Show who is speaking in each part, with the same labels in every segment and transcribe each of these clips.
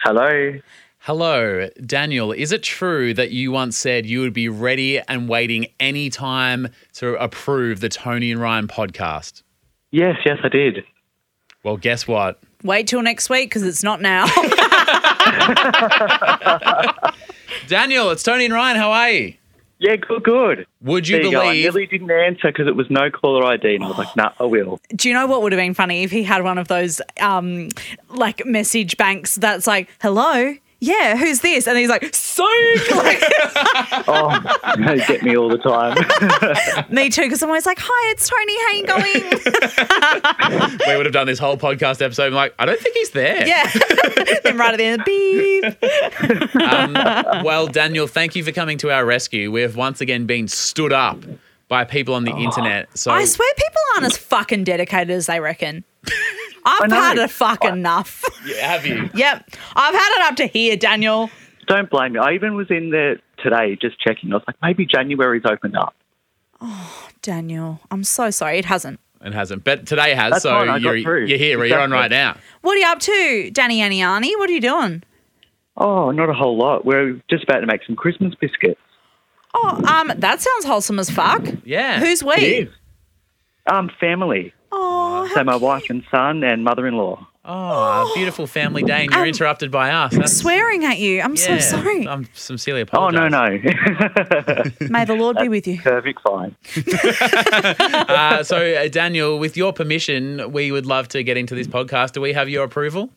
Speaker 1: Hello.
Speaker 2: Hello, Daniel. Is it true that you once said you would be ready and waiting any time to approve the Tony and Ryan podcast?
Speaker 1: Yes, yes, I did.
Speaker 2: Well, guess what?
Speaker 3: Wait till next week because it's not now.
Speaker 2: Daniel, it's Tony and Ryan. How are you?
Speaker 1: Yeah, good, good.
Speaker 2: Would you
Speaker 1: There you go. I
Speaker 2: believe?
Speaker 1: nearly didn't answer because it was no caller ID, and I was like, nah, I will.
Speaker 3: Do you know what would have been funny if he had one of those um, like message banks that's like, hello? Yeah, who's this? And he's like, so like,
Speaker 1: Oh, they get me all the time.
Speaker 3: me too, because I'm always like, hi, it's Tony, how you going?
Speaker 2: we would have done this whole podcast episode. and like, I don't think he's there.
Speaker 3: yeah. then right at the end, beep.
Speaker 2: Um, well, Daniel, thank you for coming to our rescue. We have once again been stood up by people
Speaker 1: Oh.
Speaker 2: on the internet. So
Speaker 3: I swear people aren't as fucking dedicated as they reckon. I've
Speaker 1: know.
Speaker 3: had a fuck enough.
Speaker 2: Yeah, have you?
Speaker 3: yep. I've had it up to here, Daniel.
Speaker 1: Don't blame me. I even was in there today just checking. I was like, maybe January's opened up.
Speaker 3: Daniel, I'm so sorry. It hasn't.
Speaker 2: And hasn't. But today has.
Speaker 1: That's
Speaker 2: so
Speaker 1: fine, I got
Speaker 2: you're,
Speaker 1: through.
Speaker 2: you're here. You're on
Speaker 1: Exactly.
Speaker 2: right now.
Speaker 3: What are you up to, Danny Aniani? What are you doing?
Speaker 1: Oh, not a whole lot. We're just about to make some Christmas biscuits.
Speaker 3: Oh, um, that sounds wholesome as fuck.
Speaker 2: Yeah.
Speaker 3: Who's we?
Speaker 1: It is. Um, family.
Speaker 3: Oh,
Speaker 1: So my wife and son and mother-in-law.
Speaker 2: Oh, a beautiful family day, and you're
Speaker 3: Um,
Speaker 2: interrupted by us. That's,
Speaker 3: swearing at you. I'm so
Speaker 2: yeah,
Speaker 3: sorry.
Speaker 2: I'm sincerely
Speaker 1: Oh, no,
Speaker 2: apologise.
Speaker 1: no.
Speaker 3: May the Lord be with you.
Speaker 1: Perfect, fine.
Speaker 2: uh, so, uh, Daniel, with your permission, we would love to get into this podcast. Do we have your approval?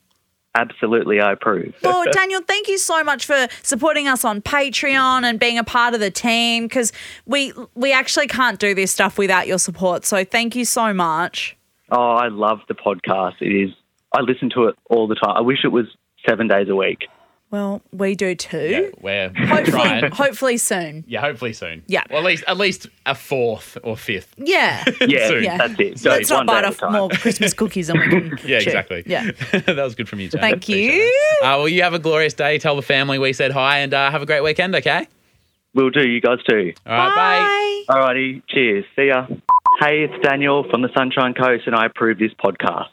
Speaker 1: Absolutely, I approve.
Speaker 3: Well, Daniel, thank you so much for supporting us on Patreon and being a part of the team because we we actually can't do this stuff without your support. So thank you so much.
Speaker 1: Oh, I love the podcast. It is. I listen to it all the time. I wish it was seven days a week.
Speaker 3: Well, we do too.
Speaker 2: we're
Speaker 3: Mm. Hopefully,
Speaker 2: trying.
Speaker 3: hopefully soon.
Speaker 2: Yeah, hopefully soon.
Speaker 3: Yeah.
Speaker 2: Well, at least at least a fourth or fifth.
Speaker 3: Yeah.
Speaker 1: Yeah,
Speaker 2: Soon.
Speaker 3: Yeah.
Speaker 1: that's it. So
Speaker 3: Let's
Speaker 1: one
Speaker 3: not bite
Speaker 1: day at a
Speaker 3: off
Speaker 1: time.
Speaker 3: more Christmas cookies than we can.
Speaker 2: Yeah,
Speaker 3: chew.
Speaker 2: exactly.
Speaker 3: Yeah.
Speaker 2: that was good from you, Jane.
Speaker 3: Thank
Speaker 2: Appreciate
Speaker 3: you.
Speaker 2: that. Uh, well, you have a glorious day. Tell the family we said hi and uh, have a great weekend, okay?
Speaker 1: We'll do. You guys too.
Speaker 2: All right,
Speaker 3: Bye.
Speaker 1: Alrighty. Cheers. See ya. Hey, it's Daniel from the Sunshine Coast, and I approve this podcast.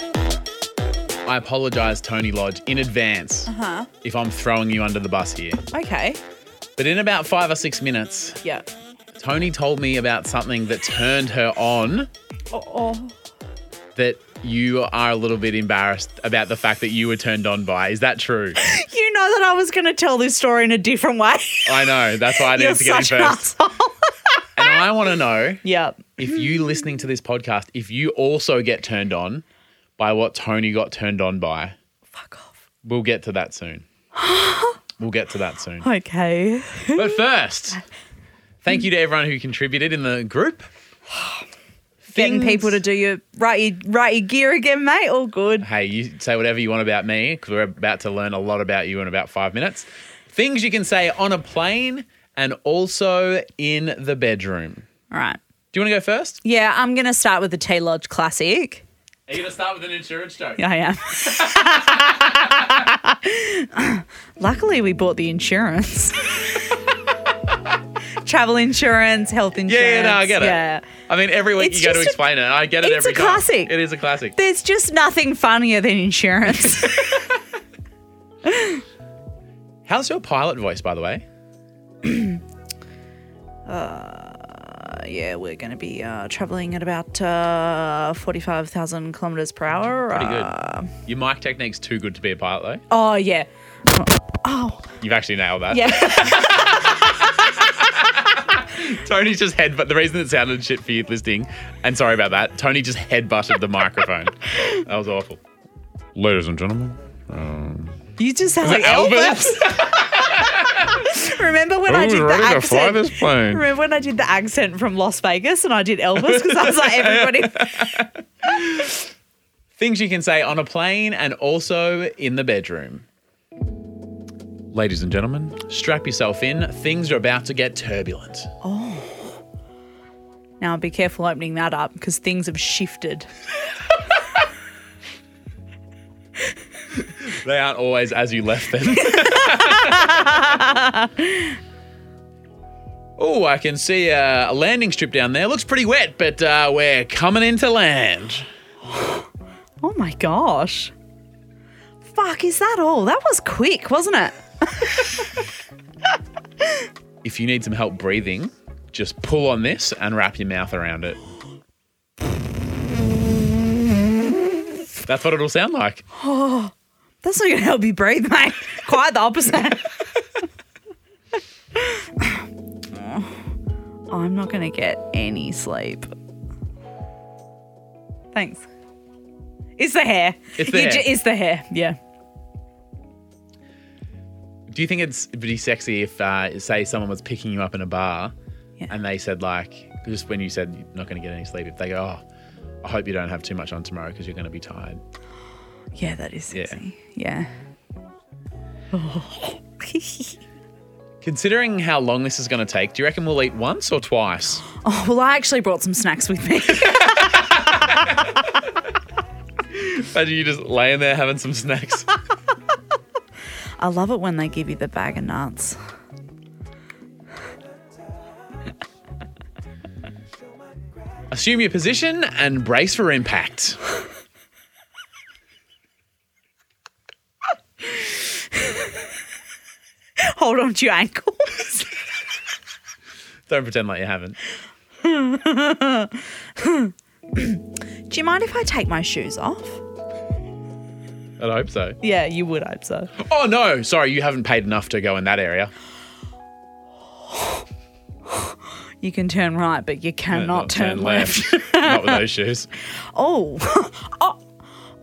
Speaker 2: I apologise, Tony Lodge, in advance
Speaker 3: Uh-huh.
Speaker 2: if I'm throwing you under the bus here.
Speaker 3: Okay.
Speaker 2: But in about five or six minutes,
Speaker 3: Yeah.
Speaker 2: Tony told me about something that turned her on
Speaker 3: Oh, oh.
Speaker 2: that you are a little bit embarrassed about the fact that you were turned on by. Is that true?
Speaker 3: You know that I was going to tell this story in a different way.
Speaker 2: I know. That's why I
Speaker 3: You're
Speaker 2: needed to get in
Speaker 3: such an
Speaker 2: first.
Speaker 3: asshole.
Speaker 2: And I want to know
Speaker 3: yep.
Speaker 2: if you listening to this podcast, if you also get turned on by what Tony got turned on by.
Speaker 3: Fuck off.
Speaker 2: We'll get to that soon. We'll get to that soon.
Speaker 3: Okay.
Speaker 2: But first, thank you to everyone who contributed in the group.
Speaker 3: Getting
Speaker 2: Things-
Speaker 3: people to do your right, your right your gear again, mate. All good.
Speaker 2: Hey, you say whatever you want about me because we're about to learn a lot about you in about five minutes. Things you can say on a plane and also in the bedroom.
Speaker 3: All right.
Speaker 2: Do you want to go first?
Speaker 3: Yeah, I'm gonna start with the Tea Lodge classic.
Speaker 2: Are you going to start with an insurance joke?
Speaker 3: Yeah, I am. Luckily, we bought the insurance. Travel insurance, health
Speaker 2: Yeah,
Speaker 3: insurance.
Speaker 2: yeah, no, I get it.
Speaker 3: Yeah.
Speaker 2: I mean, every week
Speaker 3: It's
Speaker 2: you go to
Speaker 3: just a-
Speaker 2: explain it. I get it
Speaker 3: it's
Speaker 2: every
Speaker 3: a
Speaker 2: time.
Speaker 3: classic.
Speaker 2: It is a classic.
Speaker 3: There's just nothing funnier than insurance.
Speaker 2: How's your pilot voice, by the way?
Speaker 3: yeah, we're going to be uh, traveling at about uh, 45,000 kilometers per hour.
Speaker 2: Pretty good.
Speaker 3: Uh,
Speaker 2: Your mic technique's too good to be a pilot, though.
Speaker 3: oh, yeah. Oh,
Speaker 2: You've actually nailed that.
Speaker 3: Yeah.
Speaker 2: Tony's just head, but the reason it sounded shit for you listening, and sorry about that, Tony just headbutted the microphone. That was awful. Ladies and gentlemen. um,
Speaker 3: you just sound like Elvis.
Speaker 2: Elvis?
Speaker 3: Remember when I did the accent?
Speaker 2: plane?
Speaker 3: Remember when I did the accent from Las Vegas and I did Elvis because I was like, everybody.
Speaker 2: Things you can say on a plane and also in the bedroom. Ladies and gentlemen, strap yourself in. Things are about to get turbulent.
Speaker 3: Now be careful opening that up because things have shifted.
Speaker 2: They aren't always as you left them. Oh, I can see uh, a landing strip down there. Looks pretty wet, but uh, we're coming into land.
Speaker 3: Oh my gosh. Fuck, is that all? That was quick, wasn't it?
Speaker 2: If you need some help breathing, just pull on this and wrap your mouth around it. That's what it'll sound like.
Speaker 3: That's not going to help you breathe, mate. Quite the opposite. I'm not going to get any sleep. Thanks. It's the hair.
Speaker 2: It's the
Speaker 3: You
Speaker 2: hair.
Speaker 3: ju- it's the hair, yeah.
Speaker 2: Do you think it's pretty sexy if, uh, say, someone was picking you up in a bar
Speaker 3: Yeah.
Speaker 2: and they said, like, just when you said you're not going to get any sleep, if they go, oh, I hope you don't have too much on tomorrow because you're going to be tired.
Speaker 3: Yeah, that is
Speaker 2: Yeah.
Speaker 3: sexy. Yeah. Oh,
Speaker 2: Considering how long this is going to take, do you reckon we'll eat once or twice?
Speaker 3: Oh, well, I actually brought some snacks with me.
Speaker 2: Imagine you just laying there having some snacks.
Speaker 3: I love it when they give you the bag of nuts.
Speaker 2: Assume your position and brace for impact.
Speaker 3: Hold on to your ankles.
Speaker 2: Don't pretend like you haven't.
Speaker 3: Do you mind if I take my shoes off?
Speaker 2: I'd hope so.
Speaker 3: Yeah, you would, I'd say.
Speaker 2: Oh no, sorry, you haven't paid enough to go in that area.
Speaker 3: You can turn right, but you
Speaker 2: Uh,
Speaker 3: cannot turn, left.
Speaker 2: Not with those shoes.
Speaker 3: Oh. oh.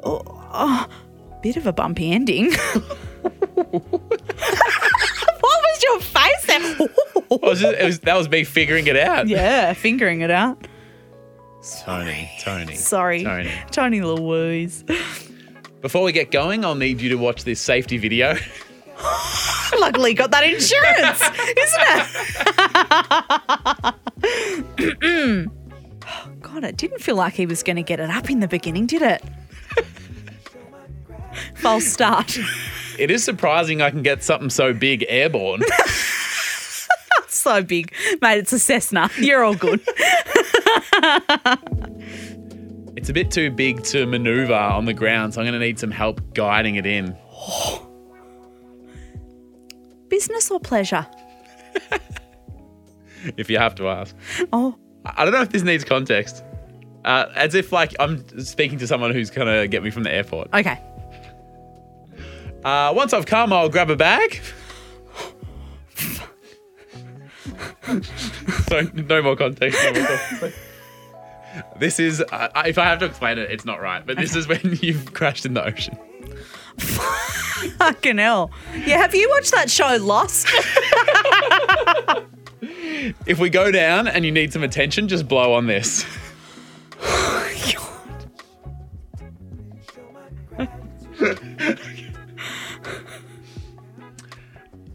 Speaker 3: Oh. Oh. Bit of a bumpy ending. what was your face there?
Speaker 2: I was just- it was- that was me figuring it out.
Speaker 3: yeah, fingering it out.
Speaker 2: Tony, Tony.
Speaker 3: Sorry.
Speaker 2: Tony.
Speaker 3: Tony Louise.
Speaker 2: Before we get going, I'll need you to watch this safety video.
Speaker 3: Luckily got that insurance, isn't it? God, it didn't feel like he was going to get it up in the beginning, did it? False start.
Speaker 2: It is surprising I can get something so big airborne.
Speaker 3: so big. Mate, it's a Cessna. You're all good.
Speaker 2: It's a bit too big to maneuver on the ground, so I'm going to need some help guiding it in.
Speaker 3: Business or pleasure?
Speaker 2: If you have to ask.
Speaker 3: Oh,
Speaker 2: I don't know if this needs context. Uh, as if like I'm speaking to someone who's gonna get me from the airport.
Speaker 3: okay.
Speaker 2: Uh, once I've come, I'll grab a bag. so no more context. no more context. this is uh, if I have to explain it, it's not right. But this is when you've crashed in the ocean.
Speaker 3: Fucking hell. Yeah, have you watched that show Lost?
Speaker 2: If we go down and you need some attention, just blow on this.
Speaker 3: God.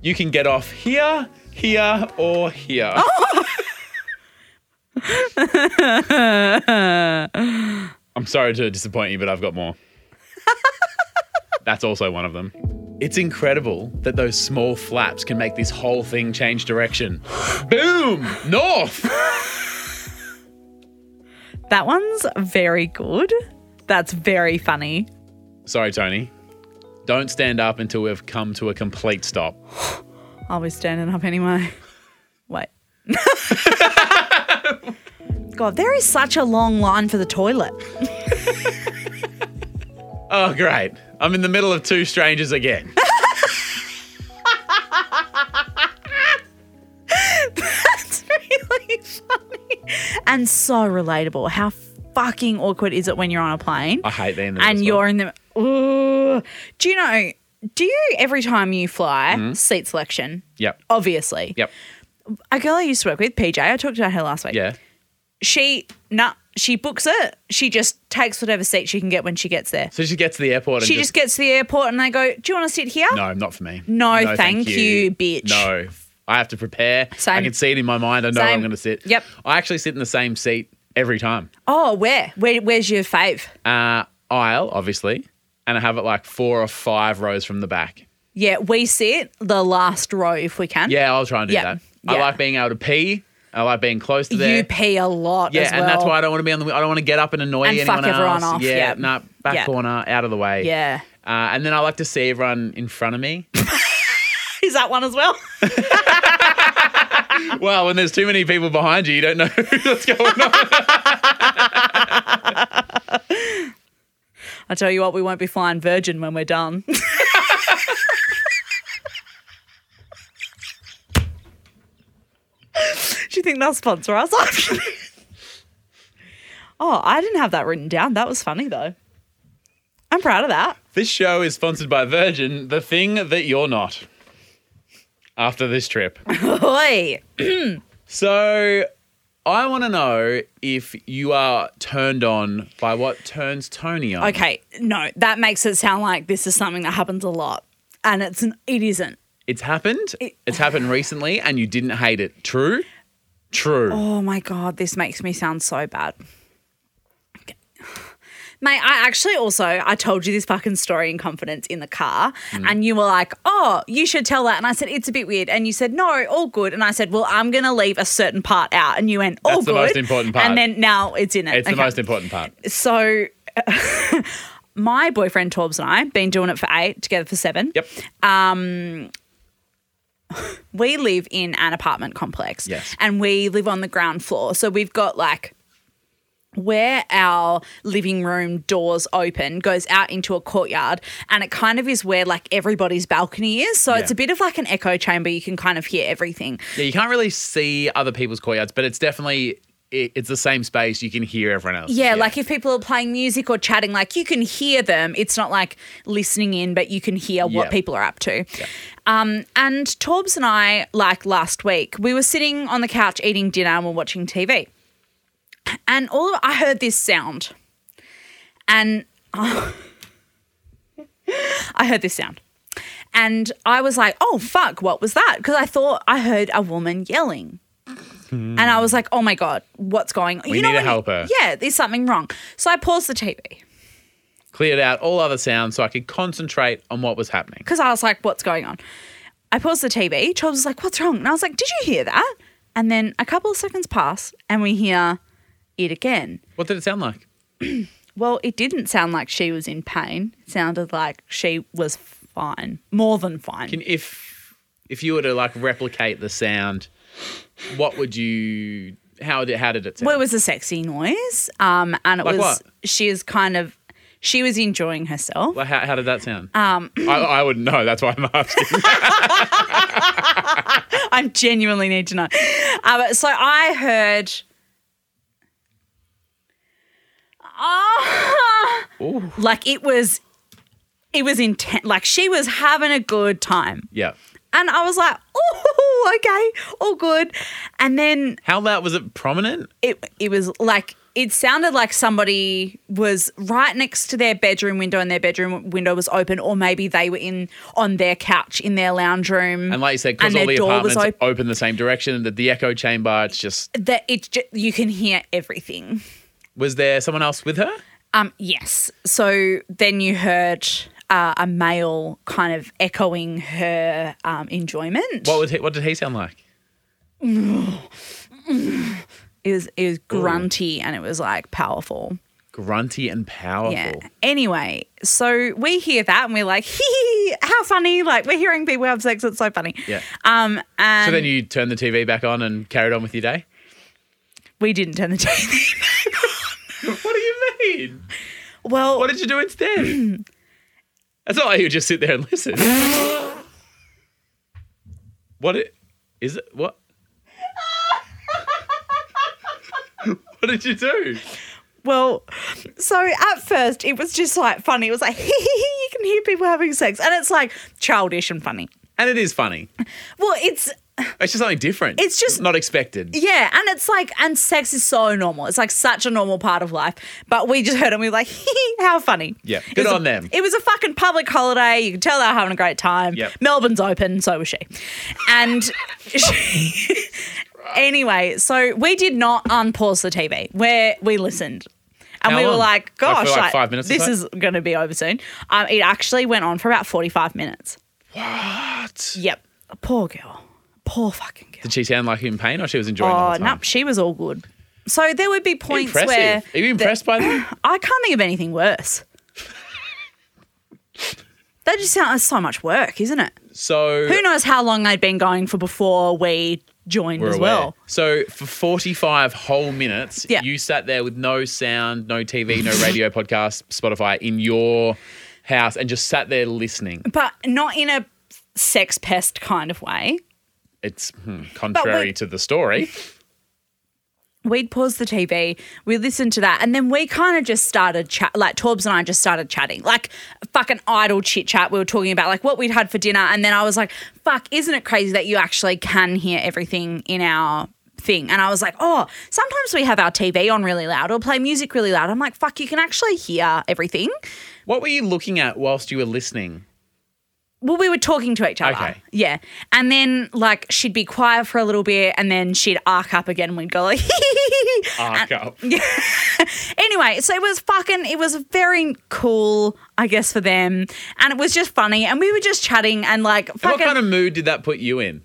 Speaker 2: You can get off here, here, or here. I'm sorry to disappoint you, but I've got more. That's also one of them. It's incredible that those small flaps can make this whole thing change direction. Boom! North!
Speaker 3: That one's very good. That's very funny.
Speaker 2: Sorry, Tony. Don't stand up until we've come to a complete stop.
Speaker 3: I'll be standing up anyway. Wait. God, there is such a long line for the toilet.
Speaker 2: Oh, great. I'm in the middle of two strangers again.
Speaker 3: That's really funny. And so relatable. How fucking awkward is it when you're on a plane?
Speaker 2: I hate being the
Speaker 3: and you're in the. Ooh. Do you know? Do you every time you fly seat selection?
Speaker 2: Yep.
Speaker 3: Obviously.
Speaker 2: Mm-hmm. Yep.
Speaker 3: A girl I used to work with, PJ. I talked about her last week.
Speaker 2: Yeah.
Speaker 3: She nah, she books it. She just takes whatever seat she can get when she gets there.
Speaker 2: So she gets to the airport and
Speaker 3: She
Speaker 2: just
Speaker 3: just gets to the airport and they go, "Do you want to sit here?"
Speaker 2: No, not for me.
Speaker 3: No, thank you, bitch.
Speaker 2: No, I have to prepare. I
Speaker 3: Same.
Speaker 2: can see it in my mind. I know where I'm
Speaker 3: Same.
Speaker 2: going to sit.
Speaker 3: Yep.
Speaker 2: I actually sit in the same seat every time.
Speaker 3: Oh, where? Where? Where's your fave?
Speaker 2: Uh, aisle, obviously, and I have it like four or five rows from the back.
Speaker 3: Yeah, we sit the last row if we can.
Speaker 2: Yeah, I'll try and do
Speaker 3: Yep.
Speaker 2: that. I
Speaker 3: Yeah.
Speaker 2: like being able to pee. I like being close to there.
Speaker 3: You pee a lot.
Speaker 2: yeah,
Speaker 3: as
Speaker 2: and that's
Speaker 3: well.
Speaker 2: why I don't want to be on the. I don't want to get up and annoy
Speaker 3: And fuck
Speaker 2: anyone
Speaker 3: everyone
Speaker 2: else.
Speaker 3: off,
Speaker 2: Yeah,
Speaker 3: yeah.
Speaker 2: nah, back
Speaker 3: Yeah.
Speaker 2: corner, out of the way.
Speaker 3: Yeah.
Speaker 2: Uh, and then I like to see everyone in front of me.
Speaker 3: Is that one as well?
Speaker 2: well, when there's too many people behind you, you don't know what's going on.
Speaker 3: I tell you what, we won't be flying Virgin when we're done. Do you think they'll sponsor us? oh, I didn't have that written down. That was funny though. I'm proud of that.
Speaker 2: This show is sponsored by Virgin, the thing that you're not after this trip.
Speaker 3: Oi.
Speaker 2: So I want to know if you are turned on by what turns Tony on.
Speaker 3: Okay, no, that makes it sound like this is something that happens a lot, and it's an, it isn't.
Speaker 2: It's happened. it's happened recently and you didn't hate it. True? True.
Speaker 3: Oh my god, this makes me sound so bad. Okay. Mate, I actually also I told you this fucking story in confidence in the car,
Speaker 2: Mm.
Speaker 3: and you were like, "Oh, you should tell that." And I said, "It's a bit weird," and you said, "No, all good." And I said, "Well, I'm gonna leave a certain part out," and you went, "All
Speaker 2: That's the
Speaker 3: good."
Speaker 2: most important part.
Speaker 3: And then now it's in it.
Speaker 2: It's the
Speaker 3: Okay.
Speaker 2: most important part.
Speaker 3: So, my boyfriend Torbs and I been doing it for eight, together for seven.
Speaker 2: Yep.
Speaker 3: we live in an apartment complex.
Speaker 2: Yes.
Speaker 3: And we live on the ground floor. So we've got like where our living room doors open goes out into a courtyard and it kind of is where like everybody's balcony is. So it's
Speaker 2: Yeah.
Speaker 3: a bit of like an echo chamber. You can kind of hear everything.
Speaker 2: Yeah, you can't really see other people's courtyards, but it's definitely it, it's the same space. You can hear everyone else.
Speaker 3: Yeah, like if people are playing music or chatting, like you can hear them. It's not like listening in, but you can hear what
Speaker 2: Yeah.
Speaker 3: people are up to. Um, and Torbs and I, like last week, we were sitting on the couch eating dinner and we're watching TV. And all of, I heard this sound. And I heard this sound. And I was like, oh, fuck, what was that? Because I thought I heard a woman yelling. And I was like, oh my God, what's going on?
Speaker 2: We need to
Speaker 3: when you-
Speaker 2: help her.
Speaker 3: Yeah, there's something wrong. So I paused the TV
Speaker 2: cleared out all other sounds so I could concentrate on what was happening.
Speaker 3: because I was like, what's going on? I paused the TV. Chobs was like, what's wrong? And I was like, did you hear that? And then a couple of seconds pass and we hear it again.
Speaker 2: What did it sound like?
Speaker 3: Well, it didn't sound like she was in pain. It sounded like she was fine, more than fine.
Speaker 2: Can, if if you were to like replicate the sound, what would you? How did how did it sound?
Speaker 3: Well, it was a sexy noise. Um, and it
Speaker 2: Like
Speaker 3: was
Speaker 2: what?
Speaker 3: she is kind of she was enjoying herself.
Speaker 2: Well, how, how did that sound? Um, I, I wouldn't know. That's why I'm asking.
Speaker 3: I genuinely need to know. Uh, but- so I heard. Ah! like it was, it was intent. Like she was having a good time,
Speaker 2: yeah.
Speaker 3: and I was like, "Oh, okay, all good." And then
Speaker 2: How loud was it? Prominent?
Speaker 3: it it was like it sounded like somebody was right next to their bedroom window and their bedroom window was open or maybe they were in on their couch in their lounge room
Speaker 2: And like you said, because
Speaker 3: And their
Speaker 2: all the
Speaker 3: door was
Speaker 2: apartments open. the same direction, the, the echo chamber. It's just
Speaker 3: that it ju- you can hear everything
Speaker 2: was there someone else with her?
Speaker 3: um yes so then you heard uh, a male kind of echoing her um, enjoyment
Speaker 2: What was he, what did he sound like?
Speaker 3: it was it was grunty and it was like powerful
Speaker 2: Grunty and powerful.
Speaker 3: Yeah. Anyway, so we hear that and we're like, hee, hee, hee, how funny. Like, we're hearing people have sex. It's so funny.
Speaker 2: Yeah.
Speaker 3: Um, and
Speaker 2: So then you turned the TV back on and carried on with your day.
Speaker 3: we didn't turn the TV.
Speaker 2: What do you mean?
Speaker 3: well,
Speaker 2: What did you do instead? That's not like you just sit there and listen. what it, is it? What? what did you do?
Speaker 3: well, so at first it was just like funny. It was like, hee, hee, hee, you can hear people having sex. And it's like childish and funny.
Speaker 2: And it is funny.
Speaker 3: Well, it's,
Speaker 2: It's just something different.
Speaker 3: It's just-
Speaker 2: not expected.
Speaker 3: yeah. And it's like, and sex is so normal. It's like such a normal part of life. But we just heard it and we were like, hee, hee, how funny.
Speaker 2: Yeah.
Speaker 3: It
Speaker 2: Good
Speaker 3: was a-
Speaker 2: on them.
Speaker 3: It was a fucking public holiday. You could tell they were having a great time.
Speaker 2: Yep.
Speaker 3: Melbourne's open, so was she. And she, anyway, so we did not unpause the TV. Where we listened. And
Speaker 2: How
Speaker 3: we were
Speaker 2: long?
Speaker 3: like,
Speaker 2: Like, for
Speaker 3: gosh,
Speaker 2: like five minutes or
Speaker 3: this
Speaker 2: so?
Speaker 3: is going to be over soon. Um, it actually went on for about 45 minutes.
Speaker 2: What?
Speaker 3: Yep. Poor girl. Poor fucking girl.
Speaker 2: Did she sound like in pain or she was enjoying the
Speaker 3: Oh,
Speaker 2: whole
Speaker 3: no,
Speaker 2: time?
Speaker 3: she was all good. So there would be points
Speaker 2: Impressive.
Speaker 3: where
Speaker 2: Are you impressed by that?
Speaker 3: I can't think of anything worse. that just sounds so much work, isn't it?
Speaker 2: So
Speaker 3: Who knows how long I'd been going for before we joined
Speaker 2: we're
Speaker 3: as
Speaker 2: aware.
Speaker 3: well.
Speaker 2: So for 45 whole minutes,
Speaker 3: Yeah.
Speaker 2: you sat there with no sound, no TV, no radio, podcast, Spotify in your house and just sat there listening.
Speaker 3: But not in a sex pest kind of way.
Speaker 2: It's hmm, contrary
Speaker 3: wait.
Speaker 2: to the story.
Speaker 3: We'd pause the TV, we listened to that, and then we kind of just started chat. Like Torbs and I just started chatting, like fucking idle chit chat. We were talking about like what we'd had for dinner, and then I was like, "Fuck, isn't it crazy that you actually can hear everything in our thing?" And I was like, "Oh, sometimes we have our TV on really loud or play music really loud." I'm like, "Fuck, you can actually hear everything."
Speaker 2: What were you looking at whilst you were listening?
Speaker 3: Well, we were talking to each other.
Speaker 2: Okay.
Speaker 3: Yeah. And then, like, she'd be quiet for a little bit and then she'd arc up again and we'd go, like, Uh,
Speaker 2: Arc up.
Speaker 3: Anyway, so it was fucking, it was very cool, I guess, for them. And it was just funny. And we were just chatting and, like,
Speaker 2: What
Speaker 3: fucking.
Speaker 2: kind of mood did that put you in?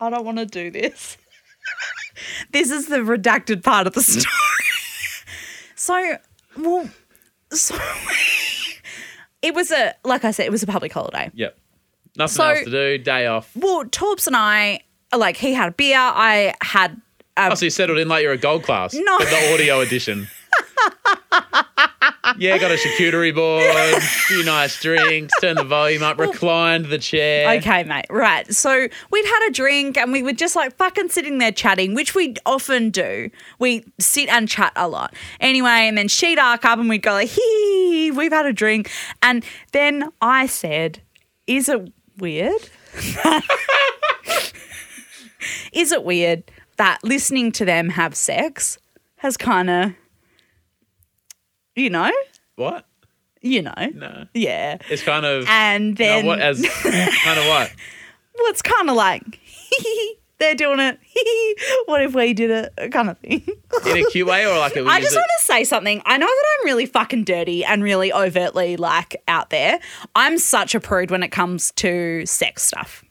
Speaker 3: I don't want to do this. this is the redacted part of the story. so, well, so. it was a, like I said, it was a public holiday.
Speaker 2: Yep. Nothing
Speaker 3: So-
Speaker 2: else to do, day off.
Speaker 3: Well, Torbs and I, like, he had a beer, I had. a
Speaker 2: Oh, so you settled in like you're a gold class.
Speaker 3: No.
Speaker 2: But the audio edition. yeah, got a charcuterie board, few nice drinks, turned the volume up, reclined the chair.
Speaker 3: Okay, mate. Right. So we'd had a drink and we were just like fucking sitting there chatting, which we often do. We sit and chat a lot. Anyway, and then she'd arc up and we'd go like, hee, we've had a drink. And then I said, is it weird? is it weird that listening to them have sex has kind of, you know,
Speaker 2: What?
Speaker 3: you know,
Speaker 2: No.
Speaker 3: yeah.
Speaker 2: It's kind of.
Speaker 3: And
Speaker 2: no,
Speaker 3: then
Speaker 2: what as kind of what?
Speaker 3: well, it's kind of like they're doing it. what if we did it? Kind of thing.
Speaker 2: In a cute way or like it was
Speaker 3: I just want to say something. I know that I'm really fucking dirty and really overtly like out there. I'm such a prude when it comes to sex stuff.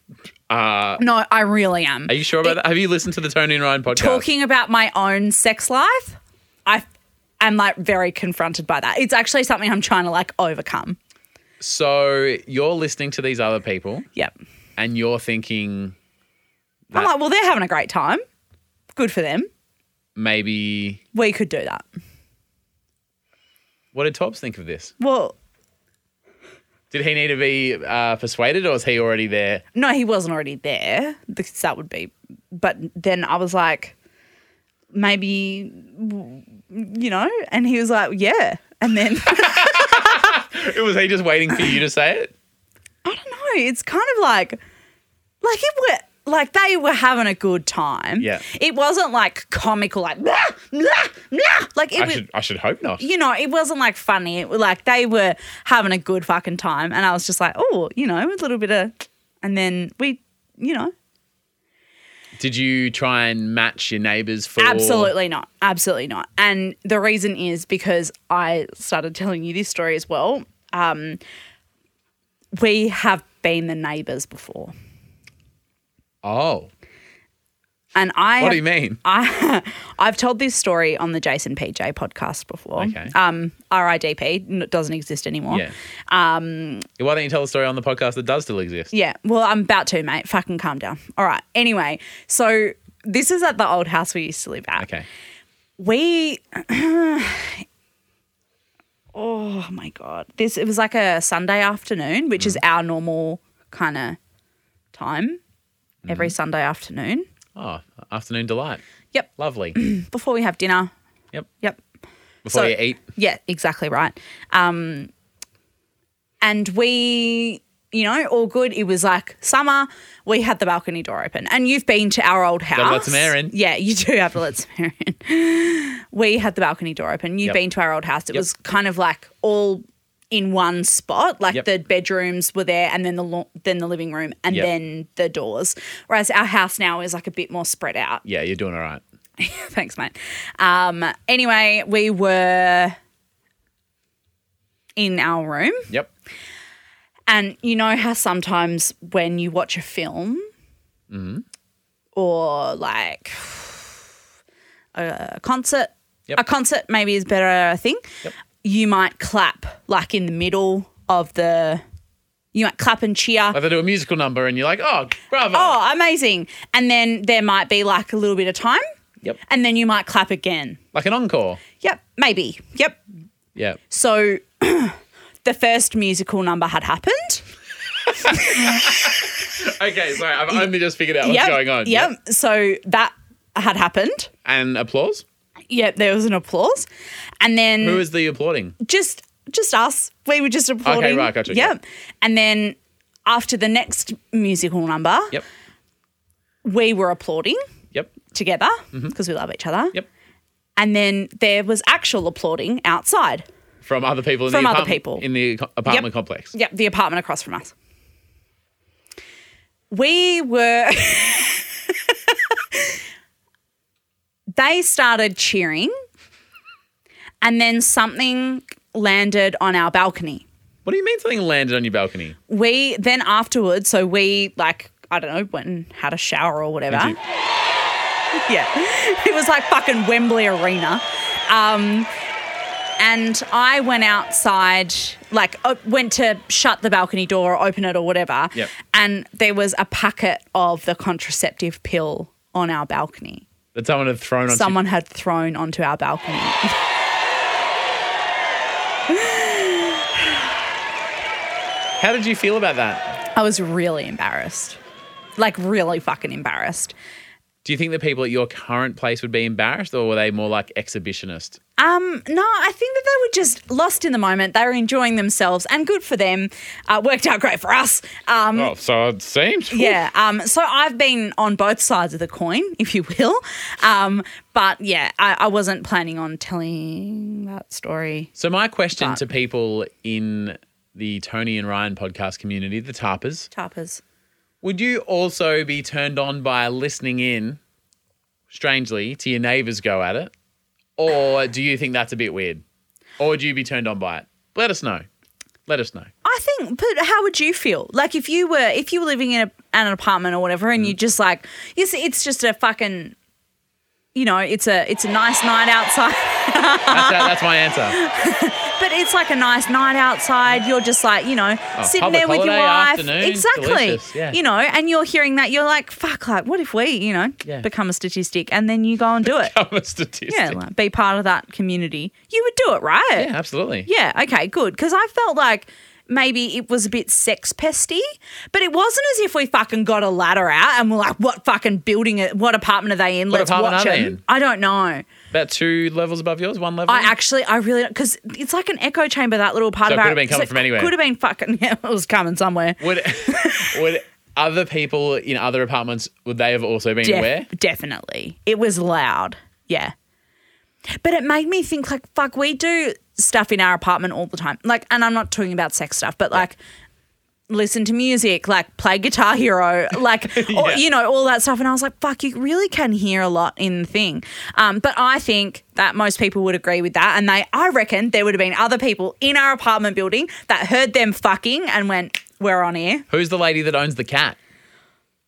Speaker 2: uh,
Speaker 3: No, I really am.
Speaker 2: Are you sure about that? Have you listened to the Tony and Ryan podcast?
Speaker 3: Talking about my own sex life, I f- am like very confronted by that. It's actually something I'm trying to like overcome.
Speaker 2: So you're listening to these other people
Speaker 3: Yep.
Speaker 2: and you're thinking
Speaker 3: I'm like, well, they're having a great time. Good for them.
Speaker 2: maybe
Speaker 3: We could do that.
Speaker 2: what did Tobbs think of this?
Speaker 3: Well,
Speaker 2: Did he need to be uh, persuaded, or was he already there?
Speaker 3: no, he wasn't already there because that would be. But then I was like, maybe, you know, and he was like, yeah. And then I
Speaker 2: was he just waiting for you to say it?
Speaker 3: don't know. It's kind of like, like it were. Like they were having a good time.
Speaker 2: Yeah.
Speaker 3: It wasn't like comical, like blah, blah, blah. like it
Speaker 2: I
Speaker 3: was.
Speaker 2: should, I should hope not.
Speaker 3: You know, it wasn't like funny. It was like they were having a good fucking time, and I was just like, oh, you know, a little bit of, and then we, you know,
Speaker 2: Did you try and match your neighbours for?
Speaker 3: Absolutely not. Absolutely not. And the reason is because I started telling you this story as well. Um, we have been the neighbours before,
Speaker 2: Oh,
Speaker 3: and I
Speaker 2: what
Speaker 3: have,
Speaker 2: do you mean?
Speaker 3: I I've told this story on the Jason PJ podcast before.
Speaker 2: Okay.
Speaker 3: Um, RIDP n- doesn't exist anymore.
Speaker 2: yeah. Um. Why don't you tell the story on the podcast that does still exist?
Speaker 3: Yeah. Well, I'm about to, mate. Fucking calm down. All right. Anyway, so this is at the old house we used to live at.
Speaker 2: Okay.
Speaker 3: we oh my god this it was like a sunday afternoon which is our normal kind of time every sunday afternoon
Speaker 2: Oh, afternoon delight.
Speaker 3: yep
Speaker 2: Lovely.
Speaker 3: before we have dinner
Speaker 2: yep.
Speaker 3: yep
Speaker 2: Before
Speaker 3: So-
Speaker 2: you eat,
Speaker 3: yeah exactly right um and we you know all good it was like summer we had the balcony door open and you've been to our old house
Speaker 2: let some air in.
Speaker 3: yeah you do have to let some air in we had the balcony door open. You've
Speaker 2: Yep.
Speaker 3: been to our old house. It
Speaker 2: Yep.
Speaker 3: was kind of like all in one spot. Like
Speaker 2: Yep.
Speaker 3: the bedrooms were there, and then the lo- then the living room, and
Speaker 2: Yep.
Speaker 3: then the doors. Whereas our house now is like a bit more spread out.
Speaker 2: yeah, you're doing all right.
Speaker 3: Thanks, mate. Um. Anyway, we were in our room,
Speaker 2: Yep.
Speaker 3: And you know how sometimes when you watch a film
Speaker 2: Mm-hmm.
Speaker 3: or like a concert,
Speaker 2: Yep.
Speaker 3: a concert maybe is better I think. You might clap like in the middle of the you might clap and cheer.
Speaker 2: Like they do a musical number and you're like, oh, bravo.
Speaker 3: Oh, amazing. And then there might be like a little bit of time
Speaker 2: Yep.
Speaker 3: and then you might clap again.
Speaker 2: Like an encore.
Speaker 3: Yep, maybe. Yep.
Speaker 2: Yeah.
Speaker 3: So the first musical number had happened.
Speaker 2: Okay, sorry, I've only just figured out what's
Speaker 3: yep.
Speaker 2: going on.
Speaker 3: Yep. So that had happened.
Speaker 2: And applause?
Speaker 3: Yep, there was an applause. And then
Speaker 2: Who is the applauding?
Speaker 3: just just us. We were just applauding.
Speaker 2: right, gotcha,
Speaker 3: Yep. And then after the next musical number,
Speaker 2: Yep.
Speaker 3: we were applauding
Speaker 2: Yep.
Speaker 3: together because we love each other.
Speaker 2: Mm-hmm. Yep.
Speaker 3: And then there was actual applauding outside.
Speaker 2: From other people in
Speaker 3: From
Speaker 2: the
Speaker 3: other
Speaker 2: apartment,
Speaker 3: people.
Speaker 2: in the co- apartment
Speaker 3: Yep.
Speaker 2: complex.
Speaker 3: Yep, the apartment across from us. We were. they started cheering, and then something landed on our balcony.
Speaker 2: What do you mean something landed on your balcony?
Speaker 3: We then afterwards, so we like, I don't know, went and had a shower or whatever.
Speaker 2: Did you-
Speaker 3: yeah. It was like fucking Wembley Arena. Um, and I went outside, like, uh, went to shut the balcony door or open it or whatever.
Speaker 2: Yep.
Speaker 3: And there was a packet of the contraceptive pill on our balcony.
Speaker 2: That someone had thrown on
Speaker 3: Someone had thrown onto our balcony.
Speaker 2: How did you feel about that?
Speaker 3: I was really embarrassed. Like, really fucking embarrassed.
Speaker 2: Do you think the people at your current place would be embarrassed or were they more like exhibitionist?
Speaker 3: Um, no, I think that they were just lost in the moment. They were enjoying themselves, and good for them. Uh, worked out great for us. Um,
Speaker 2: Oh, so it seems.
Speaker 3: yeah. Um, so I've been on both sides of the coin, if you will. Um, but yeah, I, I wasn't planning on telling that story.
Speaker 2: So my question to people in the Tony and Ryan podcast community, the Tarpers,
Speaker 3: Tarpers.
Speaker 2: would you also be turned on by listening in, strangely, to your neighbours go at it? Or do you think that's a bit weird? Or would you be turned on by it? Let us know. Let us know.
Speaker 3: I think, but how would you feel? Like if you were if you were living in a, an apartment or whatever, and you just like, yes, it's just a fucking, you know, it's a it's a nice night outside.
Speaker 2: That's, that's my answer.
Speaker 3: But it's like a nice night outside. You're just like, you know, sitting
Speaker 2: Oh, public
Speaker 3: there with your
Speaker 2: holiday
Speaker 3: wife.
Speaker 2: afternoon,
Speaker 3: Exactly.
Speaker 2: delicious, yeah.
Speaker 3: You know, and you're hearing that, you're like, fuck, like, what if we, you know,
Speaker 2: Yeah.
Speaker 3: become a statistic and then you go and do it?
Speaker 2: I'm a statistic.
Speaker 3: yeah, like, be part of that community. You would do it, right?
Speaker 2: Yeah, absolutely.
Speaker 3: Yeah, okay, good. Because I felt like maybe it was a bit sex pesty, but it wasn't as if we fucking got a ladder out and we're like, what fucking building, it, what apartment are they in?
Speaker 2: What
Speaker 3: Let's
Speaker 2: apartment
Speaker 3: watch
Speaker 2: are they
Speaker 3: them.
Speaker 2: in?
Speaker 3: I don't know.
Speaker 2: About two levels above yours, one level.
Speaker 3: I actually, I really, because it's like an echo chamber, that little part
Speaker 2: So
Speaker 3: of
Speaker 2: it
Speaker 3: our.
Speaker 2: could have been coming from anywhere.
Speaker 3: Could have been fucking, yeah, it was coming somewhere.
Speaker 2: would would other people in other apartments would they have also been
Speaker 3: Def-
Speaker 2: aware?
Speaker 3: Definitely. It was loud. Yeah. But it made me think, like, fuck, we do stuff in our apartment all the time. Like, and I'm not talking about sex stuff, but like, listen to music, like, play Guitar Hero, like, or,
Speaker 2: Yeah.
Speaker 3: you know, all that stuff. And I was like, fuck, you really can hear a lot in the thing. Um, but I think that most people would agree with that. And they, I reckon there would have been other people in our apartment building that heard them fucking and went, we're on air.
Speaker 2: Who's the lady that owns the cat?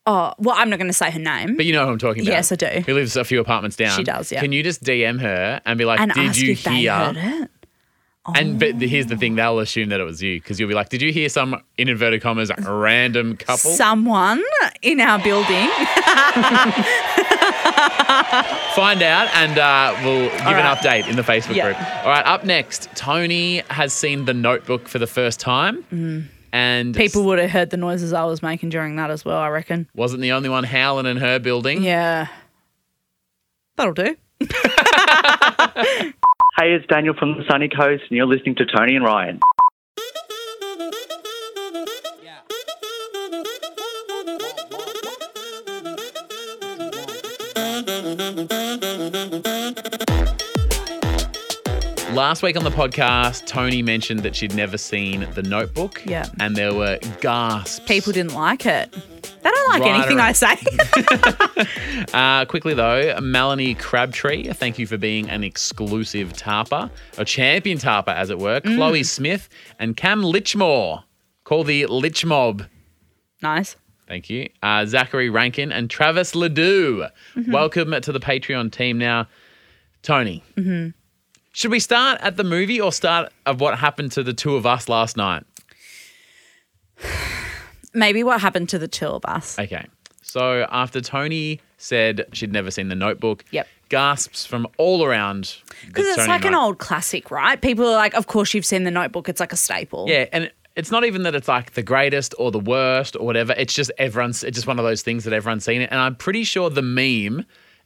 Speaker 3: Oh, well, I'm not going to say her name.
Speaker 2: But you know who I'm talking about.
Speaker 3: Yes, I do.
Speaker 2: Who lives a few apartments down.
Speaker 3: She does, yeah.
Speaker 2: Can you just DM her and be like,
Speaker 3: and
Speaker 2: did
Speaker 3: ask
Speaker 2: you
Speaker 3: if
Speaker 2: hear?
Speaker 3: they heard it.
Speaker 2: And but the- here's the thing, they'll assume that it was you because you'll be like, did you hear some in inverted commas random couple?
Speaker 3: someone in our building.
Speaker 2: Find out and uh, we'll give an
Speaker 3: right.
Speaker 2: update in the Facebook
Speaker 3: Yeah.
Speaker 2: group. All right, up next, Tony has seen The Notebook for the first time. And
Speaker 3: Mm. People would have heard the noises I was making during that as well, I reckon.
Speaker 2: wasn't the only one howling in her building.
Speaker 3: Yeah. That'll do.
Speaker 1: Hey, it's Daniel from the Sunny Coast, and you're listening to Tony and Ryan.
Speaker 2: Last week on the podcast, Tony mentioned that she'd never seen The Notebook.
Speaker 3: Yeah.
Speaker 2: And there were gasps.
Speaker 3: People didn't like it. They don't like
Speaker 2: Right
Speaker 3: anything
Speaker 2: around-
Speaker 3: I say.
Speaker 2: Uh, quickly though, Melanie Crabtree, thank you for being an exclusive
Speaker 3: Mm.
Speaker 2: tarper, a champion tarper, as it were. Chloe Smith and Cam Litchmore. Call the Lich Mob.
Speaker 3: Nice.
Speaker 2: Thank you. Uh, Zachary Rankin and Travis Ledoux.
Speaker 3: Mm-hmm.
Speaker 2: Welcome to the Patreon team now. Tony,
Speaker 3: Mm-hmm.
Speaker 2: should we start at the movie or start of what happened to the two of us last night?
Speaker 3: Maybe what happened to the two of us.
Speaker 2: Okay. So after Tony said she'd never seen the notebook,
Speaker 3: Yep. gasps
Speaker 2: gasps from all around.
Speaker 3: Because it's like an old classic, right? People are like, of course you've seen the notebook. It's like a staple.
Speaker 2: Yeah, and it's not even that it's like the greatest or the worst or whatever. It's just everyone's. It's just one of those things that everyone's seen it. And I'm pretty sure the meme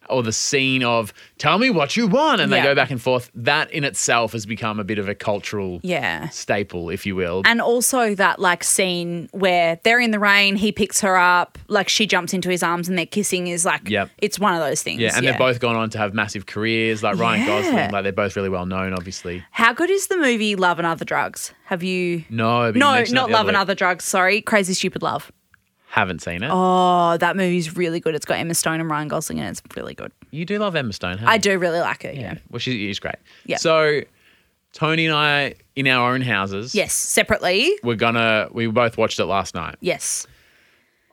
Speaker 2: or the scene of "Tell me what you want" and
Speaker 3: Yeah.
Speaker 2: they go back and forth. That in itself has become a bit of a cultural
Speaker 3: Yeah.
Speaker 2: staple, if you will.
Speaker 3: And also that like scene where they're in the rain, he picks her up, like she jumps into his arms and they're kissing is like,
Speaker 2: Yep.
Speaker 3: it's one of those things.
Speaker 2: yeah, and they've both gone on to have massive careers, like Ryan
Speaker 3: Yeah.
Speaker 2: Gosling. Like they're both really well known, obviously.
Speaker 3: How good is the movie Love and Other Drugs? Have you?
Speaker 2: No, but you
Speaker 3: No,
Speaker 2: mentioned that
Speaker 3: not
Speaker 2: the
Speaker 3: Love
Speaker 2: week.
Speaker 3: and Other Drugs. Sorry, Crazy Stupid Love.
Speaker 2: Haven't seen it.
Speaker 3: Oh, that movie's really good. It's got Emma Stone and Ryan Gosling, and it's really good.
Speaker 2: You do love Emma Stone. haven't
Speaker 3: I
Speaker 2: you?
Speaker 3: do really like it. Yeah.
Speaker 2: Well, she, she's great.
Speaker 3: Yeah.
Speaker 2: So Tony and I, in our own houses.
Speaker 3: Yes, separately.
Speaker 2: We're gonna. We both watched it last night.
Speaker 3: Yes.